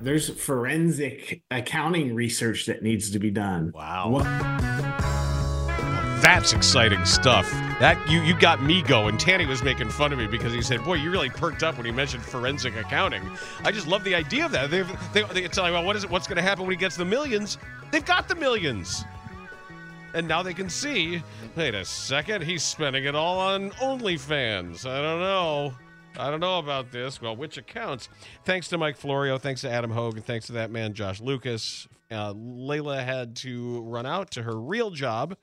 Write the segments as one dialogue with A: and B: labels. A: there's forensic accounting research that needs to be done.
B: Wow. Well, that's exciting stuff. That you you got me going. Tanny was making fun of me because he said, "Boy, you really perked up when you mentioned forensic accounting." I just love the idea of that. They've, they they it's like, well, what is it? What's going to happen when he gets the millions? They've got the millions, and now they can see. Wait a second, he's spending it all on OnlyFans. I don't know. I don't know about this. Well, which accounts? Thanks to Mike Florio. Thanks to Adam Hogan. Thanks to that man, Josh Lucas. Uh, Layla had to run out to her real job.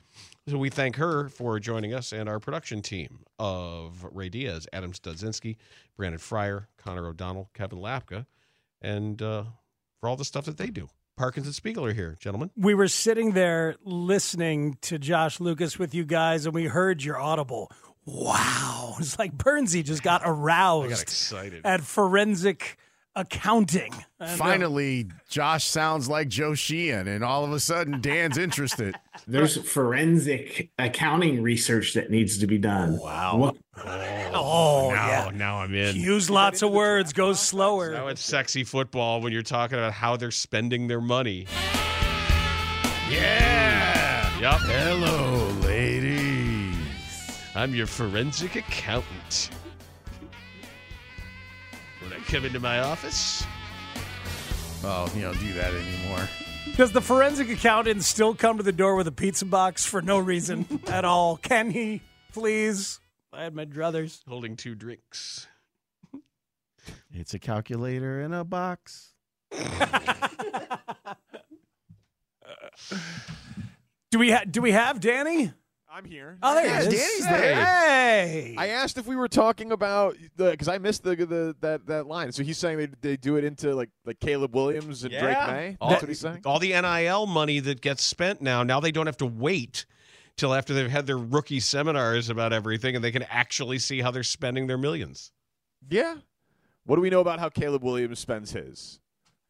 B: So we thank her for joining us and our production team of Ray Diaz, Adam Studzinski, Brandon Fryer, Connor O'Donnell, Kevin Lapka, and uh, for all the stuff that they do. Parkins and Spiegel are here, gentlemen.
C: We were sitting there listening to Josh Lucas with you guys, and we heard your audible wow. It's like Bernsey just got aroused.
B: Got excited.
C: At forensic accounting.
D: Finally, Josh sounds like Joe Sheehan, and all of a sudden, Dan's interested.
A: There's forensic accounting research that needs to be done.
B: Wow. What?
C: Oh, oh
B: now,
C: yeah.
B: now I'm in.
C: Use lots of words, go slower.
B: Now it's sexy football when you're talking about how they're spending their money. Yeah. Yep.
D: Hello, ladies.
B: I'm your forensic accountant. When I come into my office.
D: Oh, you don't do that anymore.
C: Does the forensic accountant still come to the door with a pizza box for no reason at all? Can he, please? I had my druthers.
B: Holding two drinks.
E: It's a calculator in a box.
C: do we ha- do we have Danny?
F: I'm here.
C: Oh, there
F: yeah,
C: it is.
F: Danny's there.
C: Hey.
F: I asked if we were talking about the because I missed the, the that that line. So he's saying they, they do it into like like Caleb Williams and
B: Yeah.
F: Drake May. That's
B: All,
F: what he's saying.
B: all the NIL money that gets spent now, now they don't have to wait till after they've had their rookie seminars about everything and they can actually see how they're spending their millions.
F: Yeah. What do we know about how Caleb Williams spends his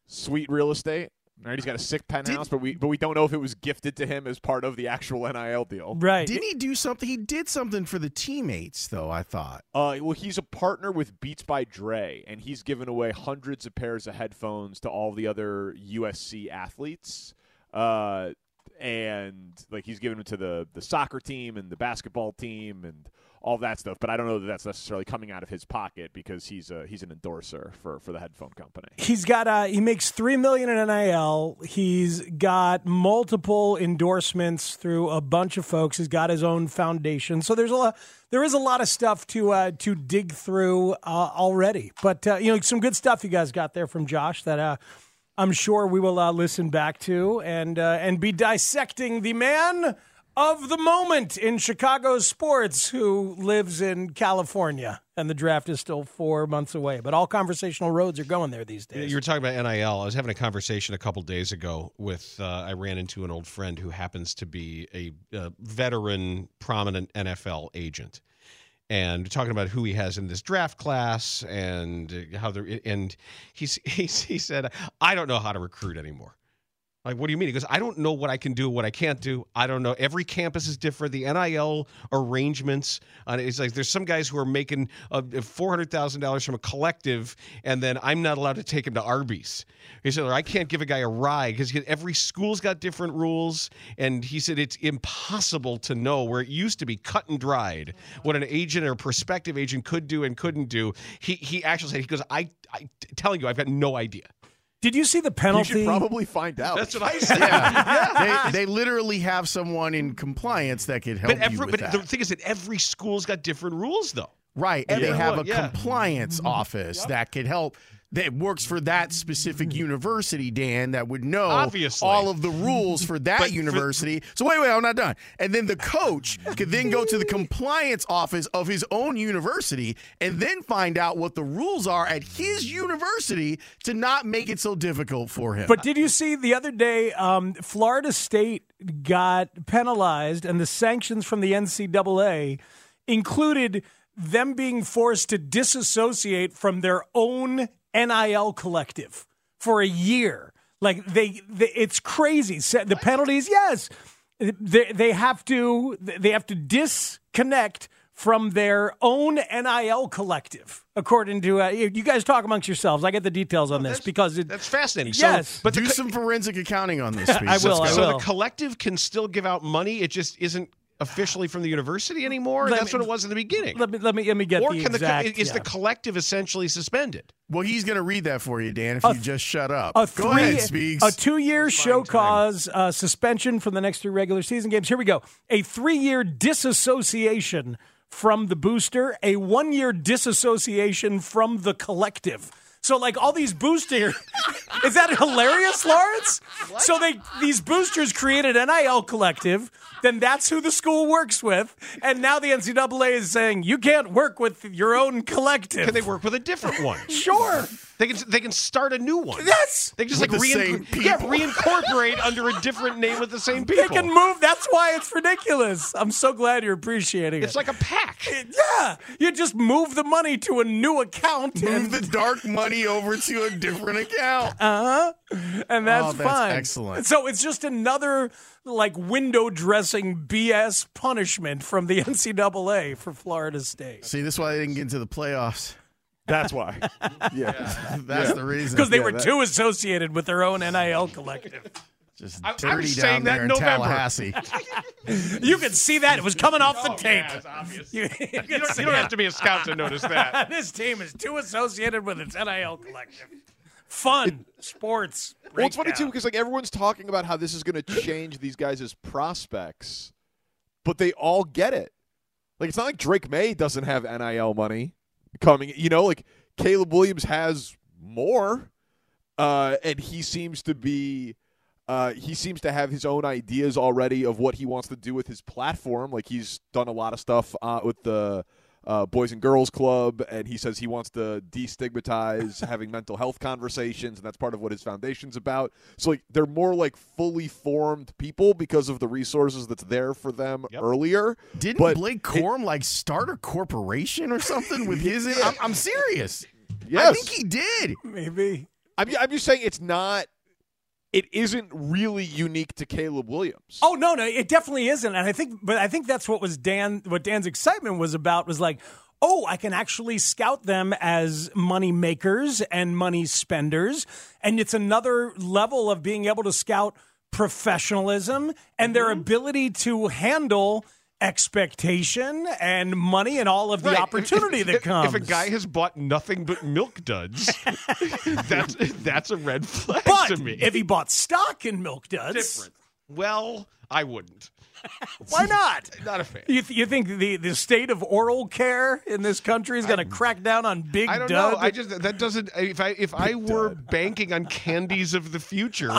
F: sweet real estate? All right, he's got a sick penthouse, but we but we don't know if it was gifted to him as part of the actual NIL deal.
C: Right.
E: Didn't he do something? He did something for the teammates, though. I thought.
F: Uh, well, he's a partner with Beats by Dre, and he's given away hundreds of pairs of headphones to all the other USC athletes. Uh, and like he's given them to the the soccer team and the basketball team and all that stuff. But I don't know that that's necessarily coming out of his pocket because he's a, he's an endorser for for the headphone company.
C: He's got uh he makes 3 million in NIL. He's got multiple endorsements through a bunch of folks. He's got his own foundation. So there's a lot there is a lot of stuff to uh to dig through uh already. But uh you know some good stuff you guys got there from Josh that uh I'm sure we will uh, listen back to and uh, and be dissecting the man of the moment in Chicago sports who lives in California and the draft is still 4 months away but all conversational roads are going there these days.
B: You were talking about NIL. I was having a conversation a couple days ago with, uh, I ran into an old friend who happens to be a, uh veteran, prominent NFL agent. And talking about who he has in this draft class and how they're, and he's, he's, he said, I don't know how to recruit anymore. Like, what do you mean? He goes, I don't know what I can do, what I can't do. I don't know. Every campus is different. The NIL arrangements. Uh, it's like there's some guys who are making uh, $400,000 from a collective, and then I'm not allowed to take him to Arby's. He said, or I can't give a guy a ride because every school's got different rules. And he said, it's impossible to know where it used to be cut and dried what an agent or prospective agent could do and couldn't do. He, he actually said, he goes, I, I telling you, I've got no idea.
C: Did you see the
F: You
C: penalty?
F: should probably find out.
B: That's what I said.
E: Yeah. they, they literally have someone in compliance that could help
B: But every
E: you with
B: but
E: that.
B: the thing is that every school's got different rules though.
E: right, and they have a
B: Everyone, yeah. Mm-hmm.
E: compliance office that could help. that works for that specific university, Dan, that would know
B: Mm-hmm. Obviously.
E: all of the rules for that
B: But for-
E: university. so wait, wait, I'm not done. And then the coach could then go to the compliance office of his own university and then find out what the rules are at his university to not make it so difficult for him.
C: But did you see the other day? Um, Florida State got penalized, and the sanctions from the NCAA included them being forced to disassociate from their own NIL collective for a year. Like they, they it's crazy. So The penalties, yes, they, they have to they have to disconnect from their own NIL collective, according to uh, you you guys talk amongst yourselves. I get the details on this because it,
B: That's fascinating.
C: Yes.
B: So, but
E: do
B: the, co-
E: some forensic accounting on this. Speech.
C: I will. I
B: so
C: will.
B: the collective can still give out money. It just isn't officially from the university anymore.
C: Let
B: That's
C: me-
B: what it was in the beginning.
C: Let me let me let me get
B: or
C: the
B: can
C: exact.
B: the co- is the
C: yeah.
B: collective essentially suspended?
E: Well, he's going to read that for you, Dan. If you just shut up,
C: a
E: go ahead,
C: three
E: Speaks.
C: a two year show cause uh, suspension from the next three regular season games? Here we go. A three year disassociation from the booster. A one year disassociation from the collective. So like all these booster, is that hilarious, Lawrence? So they these boosters created NIL collective. Then that's who the school works with, and now the NCAA is saying you can't work with your own collective.
B: Can they work with a different one?
C: Sure.
B: They can they can start a new one.
C: Yes!
B: They can just
E: With
B: like
E: the
B: rein-
E: same
B: yeah,
E: people.
B: reincorporate under a different name with the same
C: They
B: people.
C: can move. That's why it's ridiculous. I'm so glad you're appreciating
B: it's
C: it.
B: like a pack.
C: yeah, you just move the money to a new account,
E: Move
C: and,
E: the dark money over to a different account.
C: and that's,
E: Oh, that's
C: fine.
E: excellent.
C: So it's just another like window dressing BS punishment from the NCAA for Florida State
E: See, that's why they didn't get into the playoffs.
F: That's why. yeah.
E: That's the reason.
C: because they
E: Yeah,
C: were
E: that-
C: too associated with their own NIL collective.
E: just
B: I- I
E: dirty
B: was
E: down
B: saying that
E: there in
B: November.
E: Tallahassee.
C: You could see that it was coming off the tape. You, you could
B: You don't,
C: see
B: you don't
C: it.
B: have to be a scout to notice that.
C: This team is too associated with its NIL collective. Fun sports.
F: Well, it's funny
C: breakdown.
F: too because like everyone's talking about how this is going to change these guys' prospects, but they all get it. Like it's not like Drake May doesn't have NIL money coming. You know, like Caleb Williams has more, uh, and he seems to be. Uh, he seems to have his own ideas already of what he wants to do with his platform. Like he's done a lot of stuff uh, with the uh, Boys and Girls Club, and he says he wants to destigmatize having mental health conversations, and that's part of what his foundation's about. So like they're more like fully formed people because of the resources that's there for them earlier.
E: Didn't
F: But
E: Blake Corum like start a corporation or something with his? I'm, I'm serious. I
F: Yes.
E: think he did.
C: Maybe.
F: I'm, I'm just saying it's not. It isn't really unique to Caleb Williams.
C: Oh no, no, it definitely isn't. And I think, but I think that's what was Dan, what Dan's excitement was about was like, oh, I can actually scout them as money makers and money spenders, and it's another level of being able to scout professionalism and their
B: Mm-hmm.
C: ability to handle expectation and money and all of the
B: Right.
C: opportunity
B: If-
C: that
B: if-
C: comes.
B: If a guy has bought nothing but milk duds, that's that's a red flag
C: but
B: to me.
C: if he bought stock in Milk Duds,
B: different. Well, I wouldn't.
C: why not?
B: Not a fan.
C: You, th- you think the, the state of oral care in this country is going to crack down on big
B: I don't
C: dud?
B: know. I just that doesn't. If I if I were banking on candies of the future,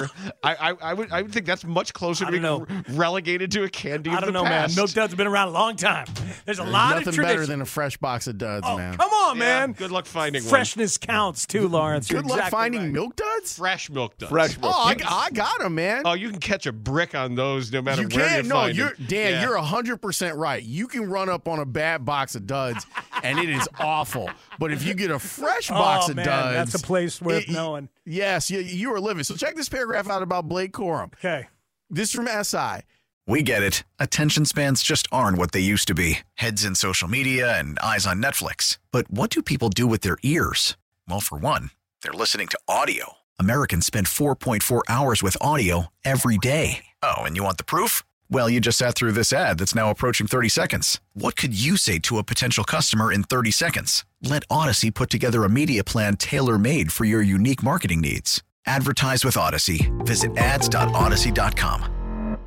B: I, I I would I would think that's much closer
C: I
B: to being
C: don't
B: relegated to a candy.
C: I
B: of
C: don't
B: the
C: know,
B: past.
C: man. Milk Dud's been around a long time. There's a lot
E: Nothing
C: of
E: better
C: tradition. Oh,
E: than a fresh box of duds, man.
C: Come on,
B: Yeah,
C: man.
B: Good luck finding one.
C: Freshness counts too, Lawrence. You're
E: Good luck
C: exactly
E: finding
C: right.
E: milk duds.
B: Fresh milk duds.
F: Fresh
E: Oh, I, I got him, man.
B: Oh, you can catch a brick on those no matter
E: you
B: where
E: can't.
B: you
E: No,
B: find
E: you're
B: them.
E: Dan.
B: Yeah.
E: You're hundred percent right. You can run up on a bad box of duds, and it is awful. But if you get a fresh box
C: Oh,
E: of
C: man,
E: duds,
C: that's a place worth knowing.
E: Yes, you, you are living. So check this paragraph out about Blake Corum.
C: Okay.
E: This from SI.
G: We get it. Attention spans just aren't what they used to be heads in social media and eyes on Netflix. But what do people do with their ears? Well, for one, they're listening to audio. Americans spend 4.4 hours with audio every day. Oh, and you want the proof? Well, you just sat through this ad that's now approaching 30 seconds. What could you say to a potential customer in 30 seconds? Let Odyssey put together a media plan tailor made for your unique marketing needs. Advertise with Odyssey. Visit ads.odyssey.com.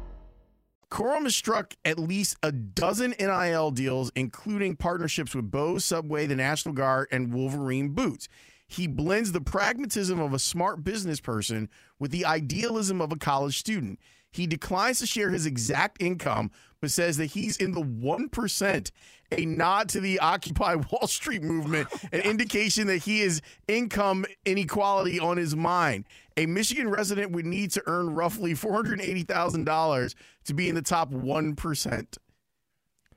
E: Corum has struck at least a dozen NIL deals, including partnerships with Bose, Subway, the National Guard, and Wolverine Boots. He blends the pragmatism of a smart business person with the idealism of a college student. He declines to share his exact income, but says that he's in the 1%, a nod to the Occupy Wall Street movement, an indication that he has income inequality on his mind. A Michigan resident would need to earn roughly $480,000 to be in the top 1%.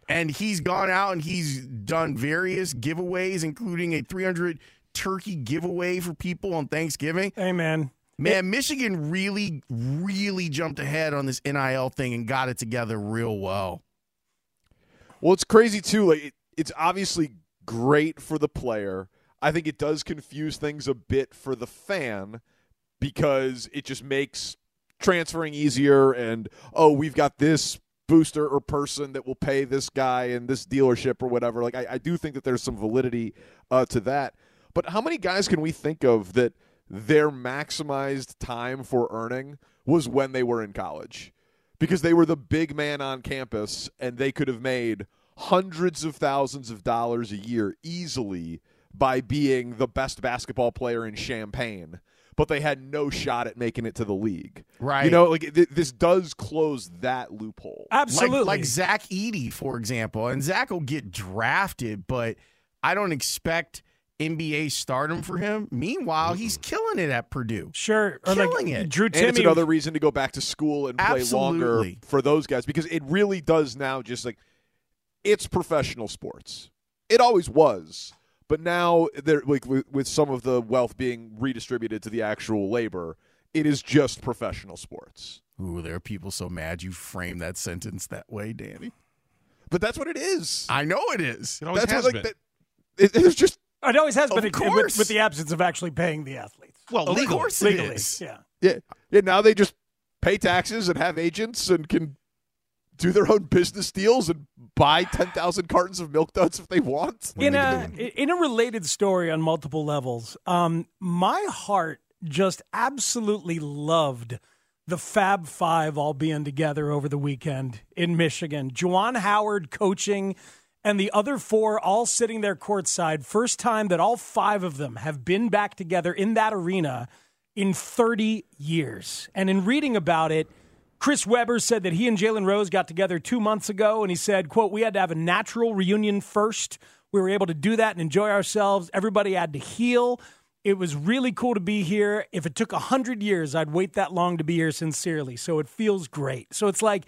E: And he's gone out and he's done various giveaways, including a 300 turkey giveaway for people on Thanksgiving.
C: Hey, man.
E: Man, Michigan really, really jumped ahead on this NIL thing and got it together real well.
F: Well, it's crazy too. Like it, it's obviously great for the player. I think it does confuse things a bit for the fan because it just makes transferring easier and oh, we've got this booster or person that will pay this guy and this dealership or whatever. Like I, I do think that there's some validity uh, to that. But how many guys can we think of that their maximized time for earning was when they were in college? because they were the big man on campus and they could have made hundreds of thousands of dollars a year easily by being the best basketball player in Champagne. But they had no shot at making it to the league.
E: Right.
F: You know, like th- this does close that loophole.
C: Absolutely.
E: Like, like Zach Eady, for example. And Zach will get drafted, but I don't expect NBA stardom for him. Meanwhile, he's killing it at Purdue.
C: Sure. Or
E: Killing
C: like
E: it.
C: Drew
F: and
C: Timmy.
F: it's another reason to go back to school and play longer
E: Absolutely.
F: for those guys because it really does now just like it's professional sports. It always was, but now there like with, with some of the wealth being redistributed to the actual labor, it is just professional sports.
E: Ooh, there are people so mad you frame that sentence that way, Danny.
F: But that's what it is.
E: I know it is.
B: It always
F: that's
B: has
F: what,
B: been.
F: like that. It, it's just
C: it always has
E: Of
C: been with-
E: course.
C: with the absence of actually paying the athletes.
B: well,
E: Of
B: legal.
E: course it
C: Legally.
E: is.
C: Yeah.
F: yeah, yeah. Now they just pay taxes and have agents and can do their own business deals and buy ten thousand cartons of milk duds if they want.
C: in a in a related story on multiple levels um my heart just absolutely loved the fab five all being together over the weekend in michigan juwan howard coaching and the other four all sitting there courtside first time that all five of them have been back together in that arena in 30 years and in reading about it Chris Webber said that he and Jalen Rose got together two months ago, and he said, quote, we had to have a natural reunion first. We were able to do that and enjoy ourselves. Everybody had to heal. It was really cool to be here. If it took 100 years, I'd wait that long to be here sincerely. So it feels great. So it's like,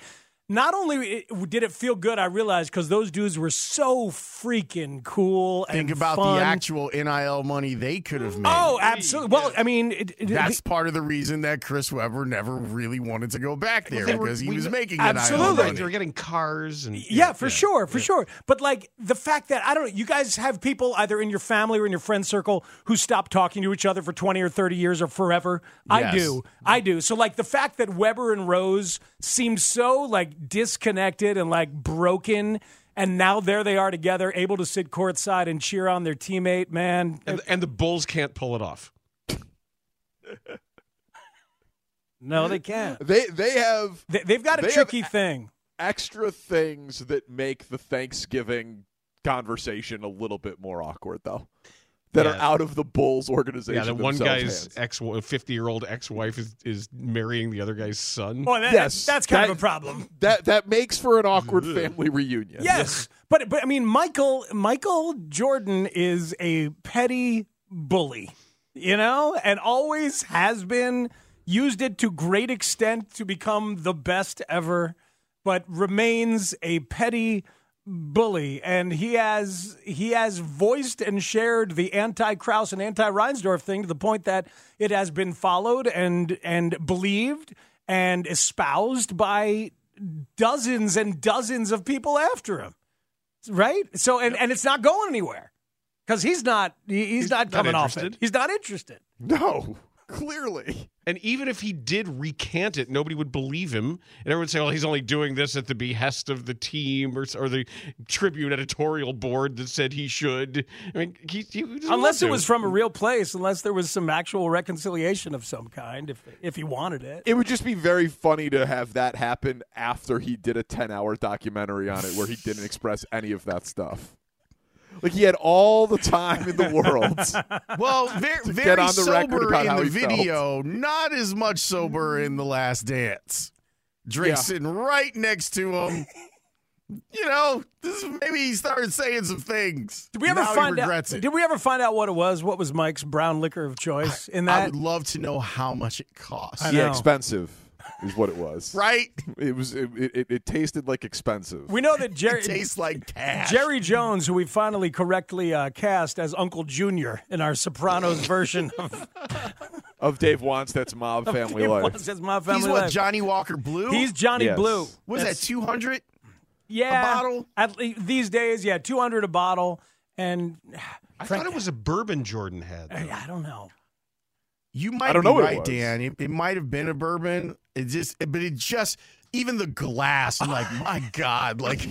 C: not only it- did it feel good, I realized because those dudes were so freaking cool and
E: Think about
C: fun.
E: the actual NIL money they could have made.
C: Oh, absolutely. Well, I mean, it, it-
E: That's part of the reason that Chris Webber never really wanted to go back there
B: They were-
E: because he
B: we
E: was
B: kn-
E: making
C: Absolutely.
E: NIL
B: They were
E: money.
B: getting cars and
C: Yeah, for sure, for sure. But like the fact that I don't know, you guys have people either in your family or in your friend circle who stop talking to each other for 20 or 30 years or forever. I
E: Yes.
C: do. I do. So like the fact that Weber and Rose seem so like disconnected and like broken and now there they are together able to sit courtside and cheer on their teammate, man.
B: And, and the Bulls can't pull it off.
C: No, they can't.
F: They they have
C: They, they've got a
F: They have
C: tricky thing.
F: extra things that make the Thanksgiving conversation a little bit more awkward, though. That are
B: Yeah.
F: out of the Bulls organization.
B: Yeah, the one
F: themselves
B: guy's
F: hands.
B: ex fifty year old ex wife is, is marrying the other guy's son.
C: Boy, that,
F: Yes,
C: that's kind
F: that-
C: of a problem.
F: that that makes for an awkward family reunion.
C: Yes, but but I mean, Michael Michael Jordan is a petty bully, you know, and always has been. Used it to great extent to become the best ever, but remains a petty bully. And he has he has voiced and shared the anti Kraus and anti Reinsdorf thing to the point that it has been followed and and believed and espoused by dozens and dozens of people after him, right? So and, and it's not going anywhere because he's not he- he's,
B: He's not
C: not coming off it.
B: interested.
C: He's not interested.
F: No, clearly.
B: And even if he did recant it, nobody would believe him, and everyone would say, "Well, he's only doing this at the behest of the team or, s- or the Tribune editorial board that said he should." I mean, he, he doesn't
C: Unless
B: want
C: it
B: to.
C: was from a real place, unless there was some actual reconciliation of some kind, if if he wanted it.
F: It would just be very funny to have that happen after he did a 10 hour documentary on it where he didn't express any of that stuff. Like he had all the time in the world.
E: Well, very,
F: get
E: very
F: on the record
E: sober
F: about
E: in
F: how
E: the
F: he felt.
E: video, not as much sober in the last dance. Drake
F: Yeah.
E: sitting right next to him. you know, this is- maybe he started saying some things.
C: Did we ever
E: Now he
C: find out?
E: regrets it?
C: Did we ever find out what it was? What was Mike's brown liquor of choice in
E: I
C: that?
E: would love to know how much it costs.
C: I
F: yeah,
C: know.
F: expensive is what it was.
E: Right?
F: It was. It, it, it tasted like expensive.
C: we know that Jerry
E: it tastes like cash.
C: Jerry Jones, who we finally correctly uh, cast as Uncle Junior in our Sopranos version of
F: of Dave wants that's mob family life.
C: Says My Family
E: He's what,
C: Life.
E: Johnny Walker Blue?
C: He's Johnny
F: Yes.
C: Blue.
E: what is that, 200?
C: Yeah,
E: bottle?
C: At, le- these days, yeah, two hundred a bottle, and
B: I thought it was a bourbon Jordan had. though.
C: I don't know.
E: You might
F: don't
E: be
F: know what it
E: right,
F: was.
E: Dan. It, it might have been a bourbon. It just, but it just, even the glass. I'm like, my God, like,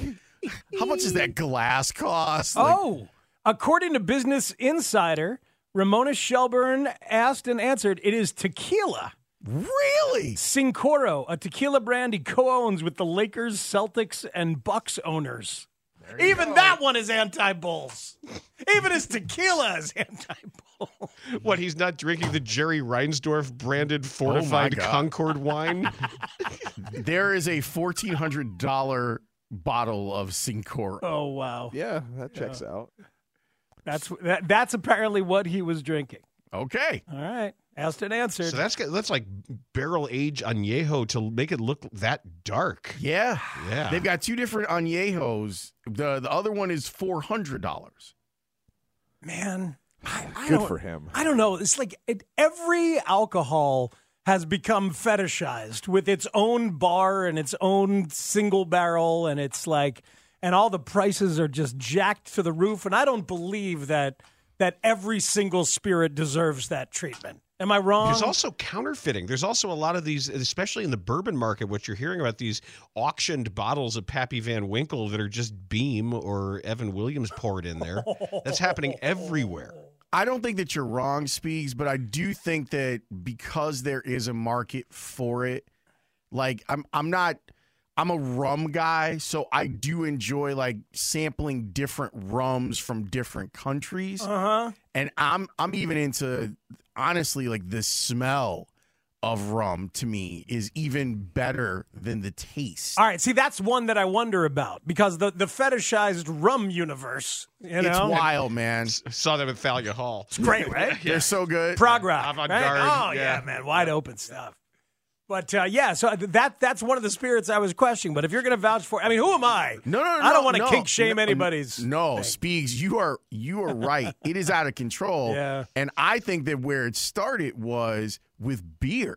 E: how much does that glass cost? Like,
C: oh, according to Business Insider, Ramona Shelburne asked and answered, "It is tequila."
E: really?
C: Sincoro, a tequila brand he co-owns with the Lakers, Celtics, and Bucks owners. Even that one is anti-bulls. Even his tequila is anti-bull.
B: What? He's not drinking the Jerry Reinsdorf
C: Oh
B: branded fortified
E: God.
B: Concord wine.
E: There is a fourteen hundred dollar bottle of Sincoro.
C: Oh wow,
F: Yeah, that checks out.
C: that's that, that's apparently what he was drinking.
E: Okay,
C: All right, asked and answered.
B: so that's got- that's like barrel age añejo to make it look that dark.
E: yeah,
B: Yeah.
E: They've got two different añejos. The the other one is four hundred dollars.
C: Man, I, I
F: Good
C: don't,
F: for him.
C: I don't know. It's like it, every alcohol has become fetishized with its own bar and its own single barrel, and it's like, and all the prices are just jacked to the roof. And I don't believe that that every single spirit deserves that treatment. Am I wrong?
B: There's also counterfeiting. There's also a lot of these, especially in the bourbon market, what you're hearing about these auctioned bottles of Pappy Van Winkle that are just Beam or Evan Williams poured in there. That's happening everywhere.
E: I don't think that you're wrong, Speaks, but I do think that because there is a market for it, like I'm I'm not I'm a rum guy, so I do enjoy like sampling different rums from different countries.
C: uh huh.
E: and I'm I'm even into honestly like the smell of rum to me is even better than the taste.
C: All right. See, that's one that I wonder about because the the fetishized rum universe. You know,
E: it's wild, man.
B: Saw them at Thalia Hall.
C: It's great, right?
E: They're so good.
C: prog rock,
B: Avant-garde,
C: right? Oh yeah.
B: yeah.
C: man, wide open stuff. But uh, yeah, so that that's one of the spirits I was questioning. But if you're going to vouch for, I mean, who am I?
E: no, no, no.
C: I don't want to
E: no,
C: kink shame
E: no,
C: anybody's.
E: No, Speaks, you are you are right. it is out of control.
C: Yeah.
E: And I think that where it started was with beer.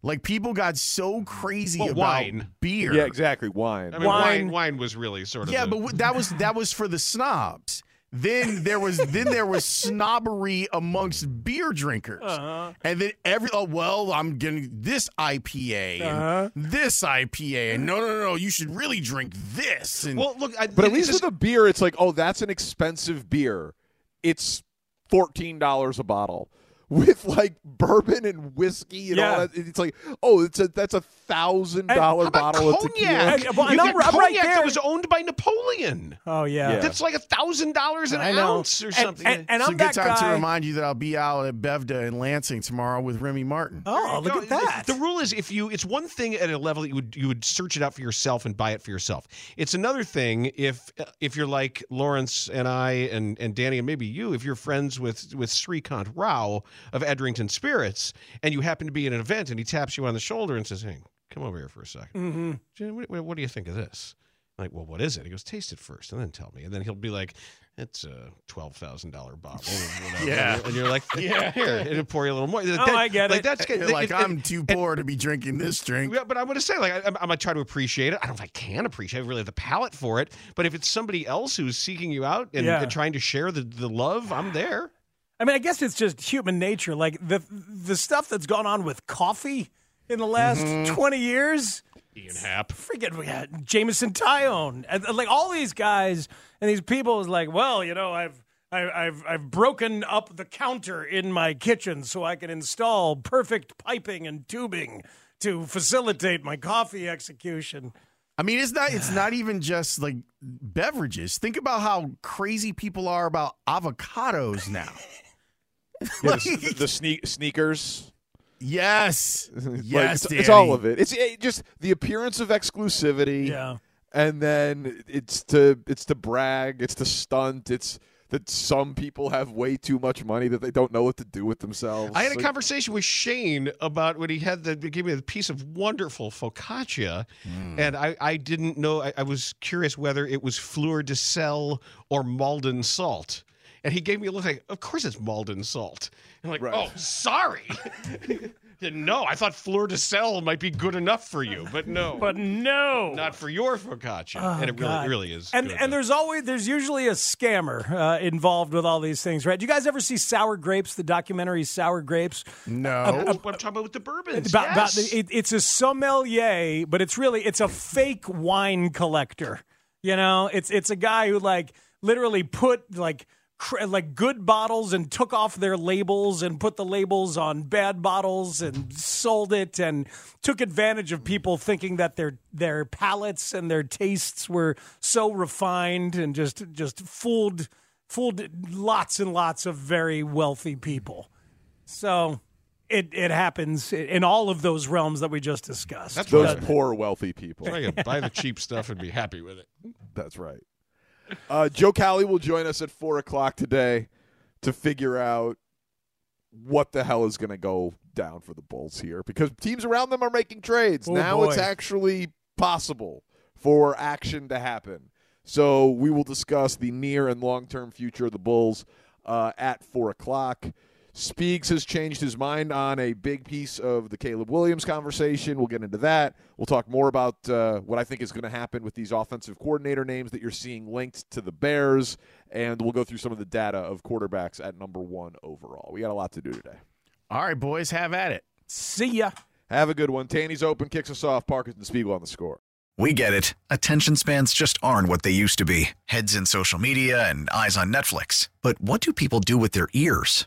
E: Like people got so crazy
B: Well,
E: about
B: wine.
E: beer.
F: Yeah, exactly. Wine.
B: I mean,
C: Wine.
B: wine, wine, was really sort of.
E: Yeah,
B: the-
E: but w- that was that was for the snobs. Then there was then there was snobbery amongst beer drinkers,
C: Uh-huh.
E: and then every oh well I'm getting this IPA
C: Uh-huh.
E: and this IPA and no no no no, you should really drink this and
B: well, look, I,
F: but at
B: it
F: least
B: is-
F: with a beer, it's like, oh, that's an expensive beer. It's fourteen dollars a bottle. With like bourbon and whiskey and all
C: Yeah.
F: that, it's like, oh, it's a that's a thousand dollar
B: how about
F: bottle of tequila.
B: cognac.
C: And- well,
B: you
C: and
B: got
C: I'm- I'm right
B: cognac
C: there.
B: that was owned by Napoleon.
C: Oh yeah,
F: Yeah.
B: That's like a thousand dollars an
C: I know.
B: ounce or
C: And-
B: something.
C: And, and
E: it's
C: I'm
E: a good
C: that
E: time
C: guy.
E: to remind you that I'll be out at Bevda in Lansing tomorrow with Remy Martin.
C: oh, look
B: No,
C: at that.
B: The rule is if you it's one thing at a level that you would you would search it out for yourself and buy it for yourself. It's another thing if if you're like Lawrence and I and and Danny and maybe you if you're friends with with Srikant Rao of Edrington Spirits and you happen to be at an event and he taps you on the shoulder and says, "Hey, come over here for a 2nd
C: Hmm. Mm-hmm.
B: Jim, what, what do you think of this?" I'm like, well, what is it? He goes, taste it first and then tell me. And then he'll be like, it's a twelve thousand dollar bottle. or whatever."
E: Yeah.
B: and you're like, yeah, here, it'll pour you a little more. Oh,
C: I get
B: like,
C: it.
B: That's good.
E: You're like I'm too poor to be drinking this drink.
B: Yeah, but I'm going to say, like, I, I'm, I'm going to try to appreciate it. I don't know if I can appreciate it, I really have the palate for it. But if it's somebody else who's seeking you out and,
C: Yeah.
B: and trying to share the, the love, I'm there.
C: I mean, I guess it's just human nature. Like the the stuff that's gone on with coffee in the last twenty years.
B: Ian Happ.
C: Freaking, we had Jameson Tyone, and, and, like all these guys and these people is like, well, you know, I've. I, I've I've broken up the counter in my kitchen so I can install perfect piping and tubing to facilitate my coffee execution.
D: I mean, it's not it's not even just like beverages. Think about how crazy people are about avocados now.
F: Yeah, the, s- the sneak sneakers.
D: yes.
F: Like,
D: Yes.
F: it's, it's all
D: Danny.
F: of it. It's it, just the appearance of exclusivity.
C: Yeah.
F: and then it's to it's to brag, it's to stunt, it's that some people have way too much money that they don't know what to do with themselves.
B: I had a
F: Like,
B: conversation with Shane about when he had the he gave me a piece of wonderful focaccia, and I, I didn't know I, I was curious whether it was fleur de sel or Malden salt, and he gave me a look like, of course it's Malden salt. And I'm like,
F: Right.
B: oh, sorry. no, I thought fleur de sel might be good enough for you, but no,
C: But no.
B: not for your focaccia.
C: Oh,
B: and it really,
C: God.
B: it really is.
C: And
B: good,
C: and
B: though.
C: there's always there's usually a scammer uh, involved with all these things, right? Do you guys ever see Sour Grapes? The documentary Sour Grapes.
D: No.
B: That's what Oh, I'm talking about with the bourbons.
C: It's about, about
B: yes.
C: the, e- it, it's a sommelier, but it's really it's a fake wine collector. You know, it's it's a guy who like literally put like cr- like good bottles and took off their labels and put the labels on bad bottles and sold it and took advantage of people thinking that their their palates and their tastes were so refined and just just fooled fooled lots and lots of very wealthy people. So it it happens in all of those realms that we just discussed.
B: That's
F: those
B: right.
F: poor wealthy people.
B: I can buy the cheap stuff and be happy with it.
F: That's right. Uh, Joe Cowley will join us at four o'clock today to figure out what the hell is going to go down for the Bulls here because teams around them are making trades.
C: Oh,
F: now it's
C: boy.
F: actually possible for action to happen. So we will discuss the near and long term future of the Bulls uh, at four o'clock. Speaks has changed his mind on a big piece of the Caleb Williams conversation. We'll get into that. We'll talk more about uh, what I think is going to happen with these offensive coordinator names that you're seeing linked to the Bears, and we'll go through some of the data of quarterbacks at number one overall. We got a lot to do today.
D: All right, boys, have at it.
C: See ya.
F: Have a good one. Taney's open, kicks us off. Parkinson Spiegel on the score.
G: We get it. Attention spans just aren't what they used to be heads in social media and eyes on Netflix. But what do people do with their ears?